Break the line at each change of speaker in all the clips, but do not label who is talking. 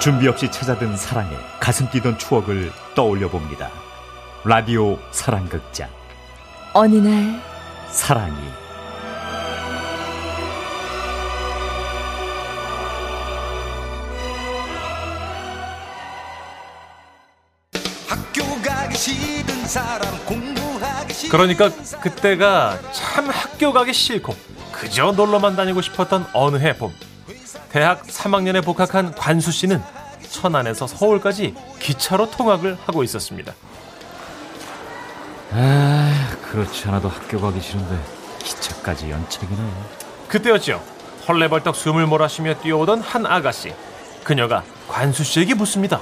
준비 없이 찾아든 사랑에 가슴 뛰던 추억을 떠올려 봅니다. 라디오 사랑극장
어느 날
사랑이
학교 가기 싫은 사람 공부하기 싫은
그러니까
사람.
그때가 참 학교 가기 싫고 그저 놀러만 다니고 싶었던 어느 해 봄. 대학 3학년에 복학한 관수 씨는 천안에서 서울까지 기차로 통학을 하고 있었습니다.
아 그렇지 않아도 학교 가기 싫은데 기차까지 연착이네
그때였죠. 헐레벌떡 숨을 몰아쉬며 뛰어오던 한 아가씨. 그녀가 관수 씨에게 묻습니다.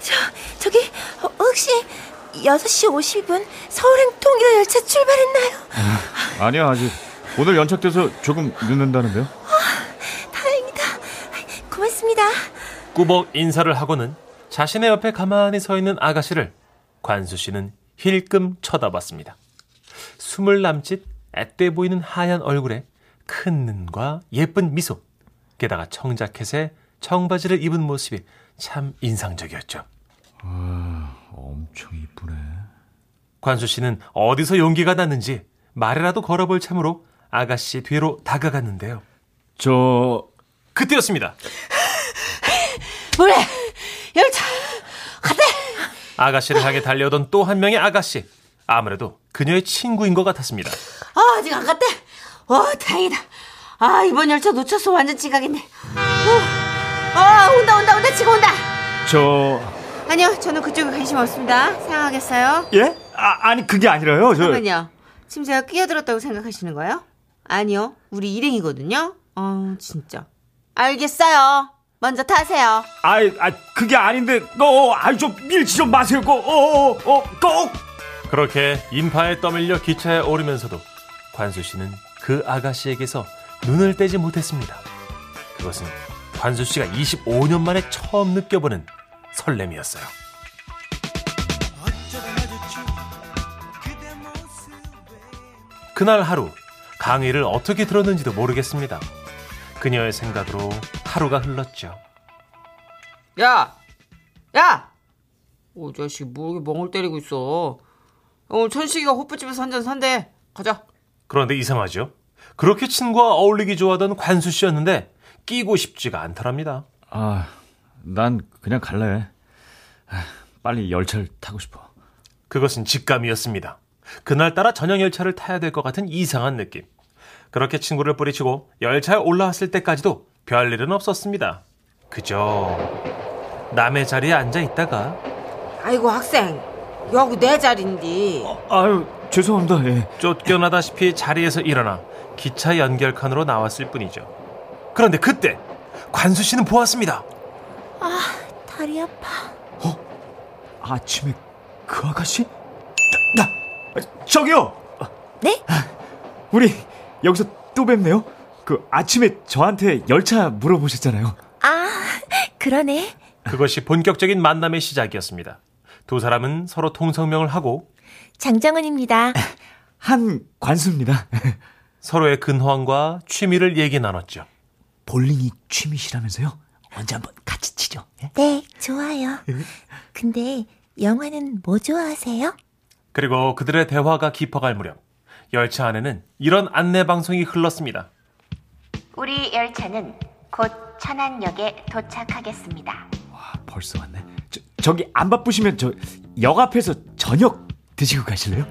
저, 저기 어, 혹시 6시 50분 서울행 통일호 열차 출발했나요?
아니야 아직 오늘 연착돼서 조금 늦는다는데요
다행이다 고맙습니다
꾸벅 인사를 하고는 자신의 옆에 가만히 서 있는 아가씨를 관수 씨는 힐끔 쳐다봤습니다. 숨을 남짓 앳돼 보이는 하얀 얼굴에 큰 눈과 예쁜 미소, 게다가 청자켓에 청바지를 입은 모습이 참 인상적이었죠.
아,
엄청 이쁘네
관수 씨는 어디서 용기가 났는지 말이라도 걸어볼 참으로 아가씨 뒤로 다가갔는데요.
저
그때였습니다.
뭐래 열차 가대
아가씨를 향해 달려오던 또 한 명의 아가씨. 아무래도 그녀의 친구인 것 같았습니다.
아 아직 안 갔대 와 다행이다 아 이번 열차 놓쳤어 완전 지각인데 오, 아 온다 온다 온다 지금 온다
저...
아니요 저는 그쪽에 관심 없습니다 생각하겠어요
예? 아, 아니 그게 아니라요 저
잠깐만요 지금 제가 끼어들었다고 생각하시는 거예요? 아니요 우리 일행이거든요 어 진짜 알겠어요 먼저 타세요
아이, 아, 그게 아닌데, 너, 어, 아이, 좀 밀지 좀 마세요, 꼭, 어, 어, 어, 꼭!
그렇게 인파에 떠밀려 기차에 오르면서도 관수 씨는 그 아가씨에게서 눈을 떼지 못했습니다. 그것은 관수 씨가 25년 만에 처음 느껴보는 설렘이었어요. 그날 하루 강의를 어떻게 들었는지도 모르겠습니다. 그녀의 생각으로 하루가 흘렀죠.
야! 야! 오, 자식, 모르게 멍을 때리고 있어. 오늘 천식이가 호프집에서 한 잔 산대. 가자.
그런데 이상하죠? 그렇게 친구와 어울리기 좋아하던 관수 씨였는데 끼고 싶지가 않더랍니다.
아 난 그냥 갈래 아, 빨리 열차를 타고 싶어
그것은 직감이었습니다. 그날따라 저녁 열차를 타야 될 것 같은 이상한 느낌. 그렇게 친구를 뿌리치고 열차에 올라왔을 때까지도 별일은 없었습니다. 그저 남의 자리에 앉아 있다가
아이고, 학생. 여기 내 자리인데.
어,
아유 죄송합니다 예.
쫓겨나다시피 자리에서 일어나 기차 연결칸으로 나왔을 뿐이죠. 그런데 그때 관수 씨는 보았습니다.
다리 아파
아침에 그 아가씨? 나, 나, 아, 저기요! 아,
네?
우리, 여기서 또 뵙네요? 그, 아침에 저한테 열차 물어보셨잖아요.
아 그러네
그것이 본격적인 만남의 시작이었습니다. 두 사람은 서로 통성명을 하고
장정은입니다
한 관수입니다.
서로의 근황과 취미를 얘기 나눴죠.
볼링이 취미시라면서요? 언제 한번 같이 치죠? 예?
네 좋아요 근데 영화는 뭐 좋아하세요?
그리고 그들의 대화가 깊어갈 무렵 열차 안에는 이런 안내 방송이 흘렀습니다.
우리 열차는 곧 천안역에 도착하겠습니다.
와,
아,
벌써 왔네. 저, 저기 안 바쁘시면 저 역 앞에서 저녁 드시고 가실래요?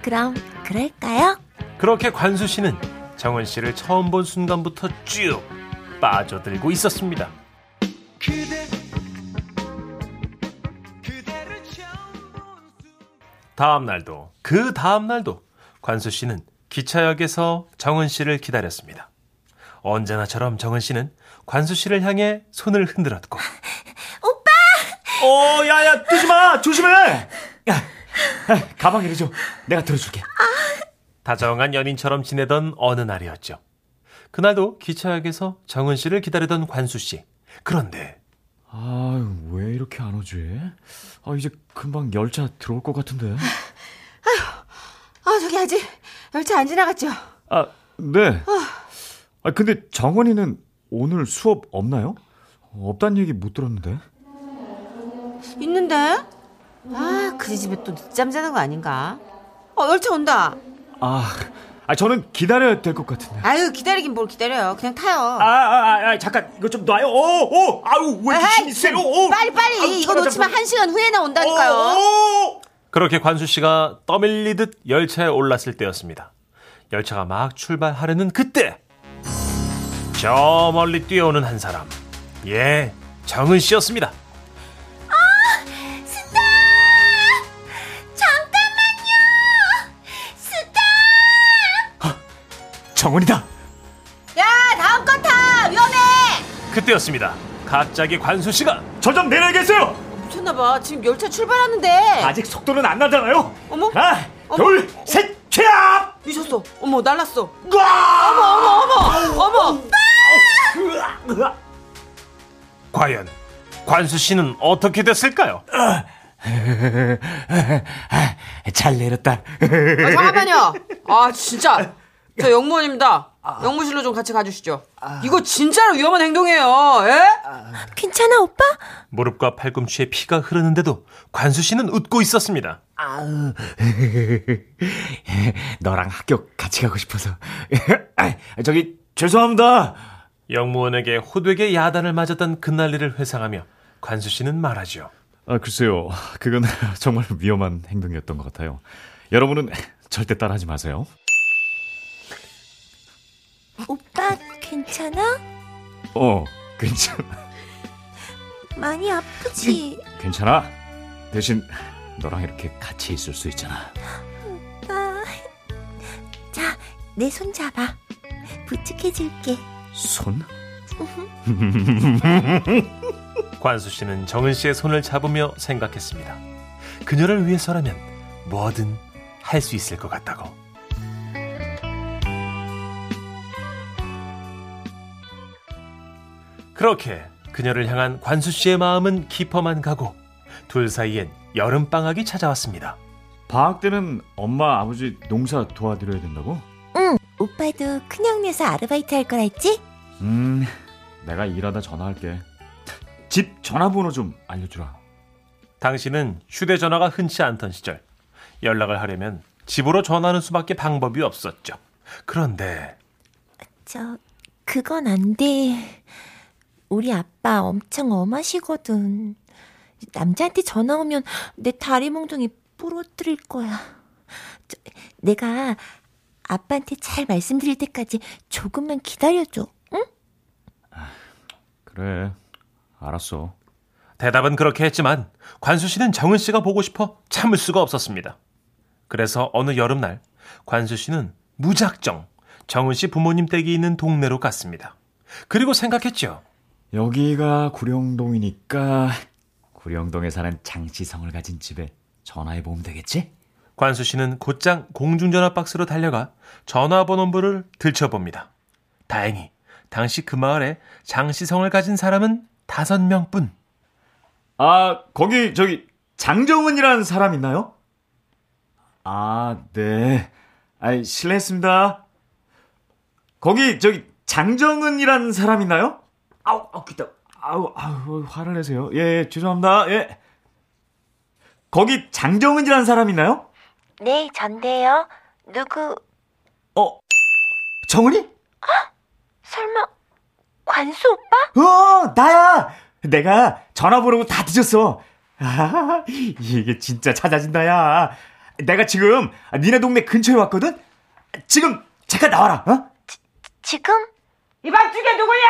그럼 그럴까요?
그렇게 관수 씨는 정은 씨를 처음 본 순간부터 쭉 빠져들고 있었습니다. 다음 날도 그 다음 날도 관수 씨는 기차역에서 정은 씨를 기다렸습니다. 언제나처럼 정은 씨는 관수 씨를 향해 손을 흔들었고
어, 야, 야, 뛰지 마! 조심해! 야, 야, 가방 이리 줘. 내가 들어줄게.
다정한 연인처럼 지내던 어느 날이었죠. 그날도 기차역에서 정은 씨를 기다리던 관수 씨. 그런데
아유 왜 이렇게 안 오지 아 이제 금방 열차 들어올 것 같은데
아, 저기 아직 열차 안 지나갔죠?
아 네 아 근데 정원이는 오늘 수업 없나요? 없단 얘기 못 들었는데.
있는데? 아, 그 집에 또 늦잠 자는 거 아닌가? 어, 열차 온다.
아, 아 저는 기다려야 될 것 같은데.
아유, 기다리긴 뭘 기다려요. 그냥 타요.
아, 아, 아, 아, 잠깐 이거 좀 놔요. 오, 오, 아우 왜
에이,
힘이 세요? 오,
빨리, 빨리.
아우,
이거
잠깐만,
놓치면
잠깐만.
한 시간 후에 나온다니까요.
오, 오.
그렇게 관수 씨가 떠밀리듯 열차에 올랐을 때였습니다. 열차가 막 출발하려는 그때 저 멀리 뛰어오는 한 사람 예 정은 씨였습니다.
스타! 잠깐만요! 스타!
정원이다.
야, 다음 거 타! 위험해!
그때였습니다. 갑자기 관수 씨가
저 좀 내려야겠어요.
미쳤나봐. 지금 열차 출발하는데.
아직 속도는 안 나잖아요.
어머?
하나,
어머.
둘, 셋, 캬!
미쳤어. 어머, 날랐어.
아,
와!
어머, 어머, 어머!
과연 관수 씨는 어떻게 됐을까요?
잘 내렸다.
아, 잠깐만요. 아, 진짜. 저 영무원입니다. 영무실로 좀 같이 가주시죠. 이거 진짜로 위험한 행동이에요. 예?
괜찮아, 오빠?
무릎과 팔꿈치에 피가 흐르는데도 관수 씨는 웃고 있었습니다.
아우. 너랑 학교 같이 가고 싶어서. 아, 저기 죄송합니다.
영무원에게 호되게 야단을 맞았던 그날일을 회상하며 관수 씨는 말하죠.
아 글쎄요, 그건 정말 위험한 행동이었던 것 같아요. 여러분은 절대 따라하지 마세요.
오빠, 괜찮아?
어, 괜찮아.
많이 아프지?
괜찮아. 대신 너랑 이렇게 같이 있을 수 있잖아.
아. 자, 내 손 잡아. 부축해줄게.
손?
관수 씨는 정은 씨의 손을 잡으며 생각했습니다. 그녀를 위해서라면 뭐든 할 수 있을 것 같다고. 그렇게 그녀를 향한 관수 씨의 마음은 깊어만 가고 둘 사이엔 여름방학이 찾아왔습니다.
방학 때는 엄마 아버지 농사 도와드려야 된다고?
오빠도 큰형네서 아르바이트 할 거라 했지?
음, 내가 일하다 전화할게. 집 전화번호 좀 알려주라.
당신은 휴대전화가 흔치 않던 시절 연락을 하려면 집으로 전화하는 수밖에 방법이 없었죠. 그런데
저, 그건 안 돼. 우리 아빠 엄청 엄하시거든. 남자한테 전화 오면 내 다리 몽둥이 부러뜨릴 거야. 저, 내가 아빠한테 잘 말씀드릴 때까지 조금만 기다려줘. 응?
그래, 알았어.
대답은 그렇게 했지만 관수 씨는 정은 씨가 보고 싶어 참을 수가 없었습니다. 그래서 어느 여름날 관수 씨는 무작정 정은 씨 부모님 댁이 있는 동네로 갔습니다. 그리고 생각했죠.
여기가 구룡동이니까 구룡동에 사는 장시성을 가진 집에 전화해 보면 되겠지?
관수 씨는 곧장 공중전화 박스로 달려가 전화번호부를 들춰봅니다. 다행히 당시 그 마을에 장시성을 가진 사람은 다섯 명뿐.
아, 거기 저기 장정은이라는 사람 있나요? 아, 네. 아, 실례했습니다. 거기 저기 장정은이라는 사람 있나요? 아우, 아우, 기다. 아우, 아우, 화를 내세요. 예, 예, 죄송합니다. 예. 거기 장정은이라는 사람 있나요?
네, 전데요. 누구,
어, 정은이?
설마, 관수 오빠?
어, 나야! 내가 전화 보려고 다 뒤졌어. 아, 이게 진짜 찾아진다, 야. 내가 지금 니네 동네 근처에 왔거든? 지금 잠깐 나와라, 어?
지금?
이밤 중에 누구야?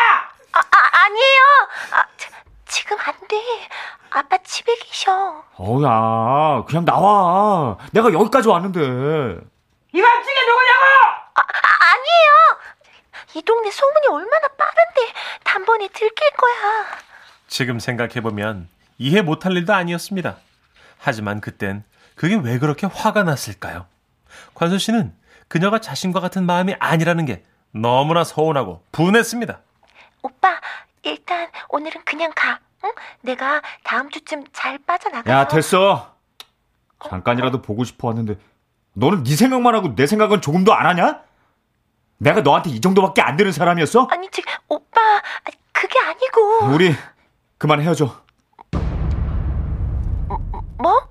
아, 아 아니에요! 아, 자, 지금 안 돼. 아빠 집에 계셔.
어야, 그냥 나와. 내가 여기까지 왔는데.
이밤 중에 누구냐고!
아, 아, 아니에요! 이 동네 소문이 얼마나 빠른데 단번에 들킬 거야.
지금 생각해보면 이해 못할 일도 아니었습니다. 하지만 그땐 그게 왜 그렇게 화가 났을까요? 관수 씨는 그녀가 자신과 같은 마음이 아니라는 게 너무나 서운하고 분했습니다.
오빠, 일단 오늘은 그냥 가. 응? 내가 다음 주쯤 잘 빠져나가서
야, 됐어. 잠깐이라도 보고 싶어 왔는데, 너는 네 생각만 하고 내 생각은 조금도 안 하냐? 내가 너한테 이 정도밖에 안 되는 사람이었어?
아니 지 오빠 아, 그게 아니고
우리 그만 헤어져.
뭐?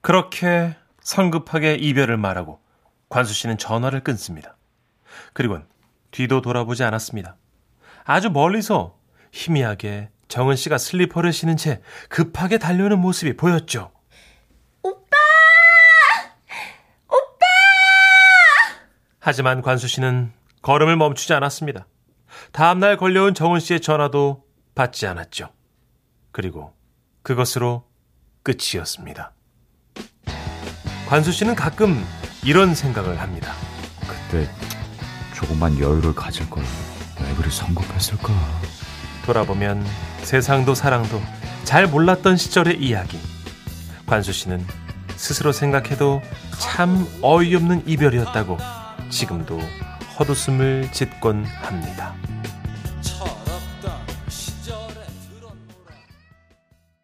그렇게 성급하게 이별을 말하고 관수 씨는 전화를 끊습니다. 그리곤 뒤도 돌아보지 않았습니다. 아주 멀리서 희미하게 정은 씨가 슬리퍼를 신은 채 급하게 달려오는 모습이 보였죠.
오빠
하지만 관수 씨는 걸음을 멈추지 않았습니다. 다음날 걸려온 정은 씨의 전화도 받지 않았죠. 그리고 그것으로 끝이었습니다. 관수 씨는 가끔 이런 생각을 합니다.
그때 조금만 여유를 가질 걸. 왜 그리 성급했을까?
돌아보면 세상도 사랑도 잘 몰랐던 시절의 이야기. 관수 씨는 스스로 생각해도 참 어이없는 이별이었다고 지금도 헛웃음을 짓곤 합니다.